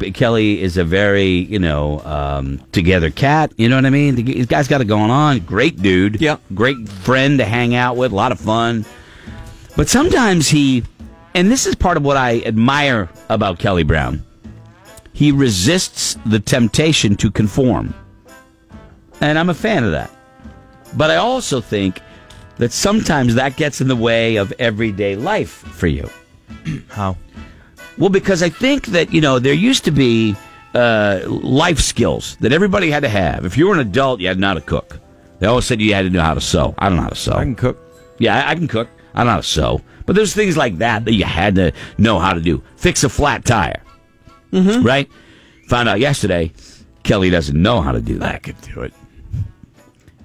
Kelly is a very, you know, um, together cat. You know what I mean? The guy's got it going on. Great dude. Yep. Great friend to hang out with. A lot of fun. But sometimes he, and this is part of what I admire about Kelly Brown, he resists the temptation to conform. And I'm a fan of that. But I also think that sometimes that gets in the way of everyday life for you. How? Well, because I think that, you know, there used to be uh, life skills that everybody had to have. If you were an adult, you had to know how to cook. They always said you had to know how to sew. I don't know how to sew. I can cook. yeah, I, I can cook. I don't know how to sew. But there's things like that that you had to know how to do. Fix a flat tire. Right? Found out yesterday, Kelly doesn't know how to do that. could do it.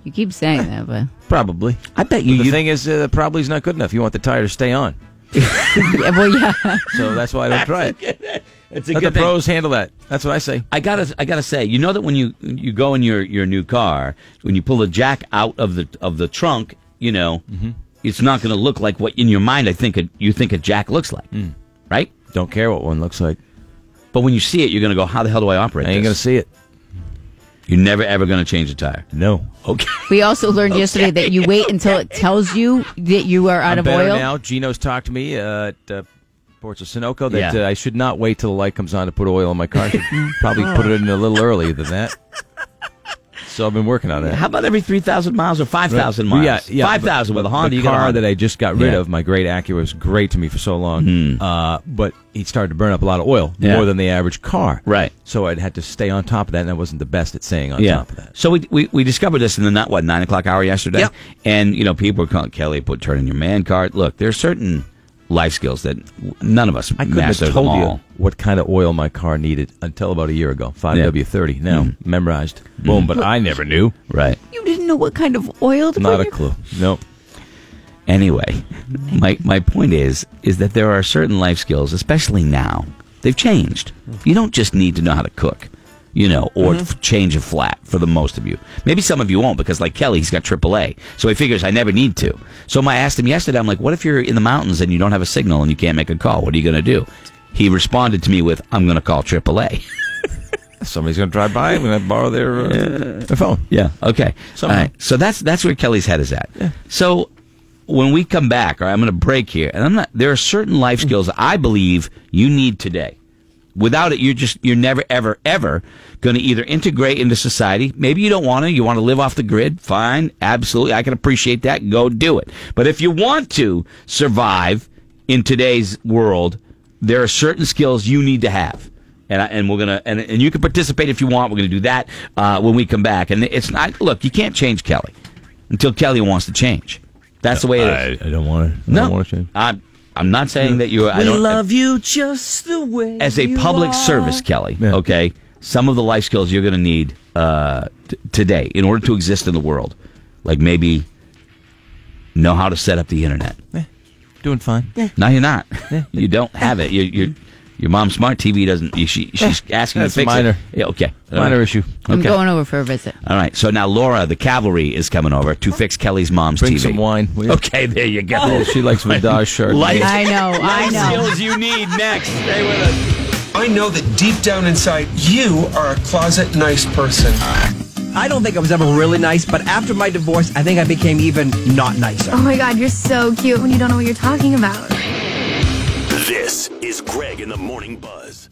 You keep saying that, but Probably. I bet The you. you thing is, uh, probably is not good enough. You want the tire to stay on. Yeah, well, yeah. So that's why I don't try it. it's Let the pros handle that. That's what I say. I gotta, I gotta say, you know that when you you go in your your new car, when you pull the jack out of the of the trunk, you know, Mm-hmm. it's not going to look like what in your mind I think a, you think a jack looks like, Mm. right? Don't care what one looks like. But when you see it, you're going to go, "How the hell do I operate?" I ain't going to this? see it. You're never ever going to change a tire. No. Okay. We also learned yesterday that you wait until it tells you that you are out I'm of better oil. now. Gino's talked to me uh, at uh, Ports of Sunoco that Yeah. uh, I should not wait till the light comes on to put oil in my car. I should probably put it in a little earlier than that. So I've been working on that. How about every three thousand miles or five thousand Well, miles? five but- thousand with a but Honda. The you got a car Honda. that I just got rid Yeah. Hmm. of, my great Acura, was great to me for so long. Uh, but he started to burn up a lot of oil, Yeah. more than the average car. Right. So I'd had to stay on top of that, and I wasn't the best at staying on yeah. top of that. So we, we we discovered this in the not what nine o'clock hour yesterday, Yep. and you know people were calling Kelly put turn in your man card. Look, there's certain life skills that w- none of us I couldn't master have told them you all. what kind of oil my car needed until about a year ago. Yeah. Hmm. 5W30. Now, memorized. Boom, but I never knew. Right. You didn't know what kind of oil to put Not in a your- clue. No. Anyway, my my point is is that there are certain life skills, especially now, they've changed. You don't just need to know how to cook, you know, or f- change a flat for the most of you. Maybe some of you won't because, like Kelly, he's got AAA, so he figures I never need to. So I asked him yesterday. I'm like, what if you're in the mountains and you don't have a signal and you can't make a call? What are you going to do? He responded to me with, "I'm going to call AAA." Somebody's going to drive by. I'm going to borrow their, uh, their phone. Yeah. Okay. Somehow. All right. So that's that's where Kelly's head is at. So when we come back, all right, I'm going to break here, and I'm not. There are certain life skills I believe you need today. Without it, you're just you're never ever ever going to either integrate into society. Maybe you don't want to. You want to live off the grid. Fine. Absolutely. I can appreciate that. Go do it. But if you want to survive in today's world, there are certain skills you need to have and I, and we're gonna and, and you can participate if you want. We're gonna do that uh, when we come back. And it's not look, you can't change Kelly until Kelly wants to change. That's the way it is. I, I don't want to. no, don't want to change. I'm I'm not saying that you. I We don't love you just the way as a you public are. service, Kelly. Yeah. Okay, some of the life skills you're going to need uh, t- today in order to exist in the world, like maybe know how to set up the internet. Eh, Doing fine. No, you're not. you don't have it. You you. Your mom's smart TV doesn't. you- She, she's asking you to That's fix minor. it. Yeah, okay. Minor issue. I'm Okay. going over for a visit. All right. So now Laura, the cavalry, is coming over to fix Kelly's mom's Bring TV. some wine. will you? Okay, there you go. Yeah, she likes Vidage Shark. Life I know, I know. skills you need next. Stay with us. I know that deep down inside, you are a closet nice person. I don't think I was ever really nice, but after my divorce, I think I became even not nicer. Oh my god, you're so cute when you don't know what you're talking about. This is Greg in the Morning Buzz.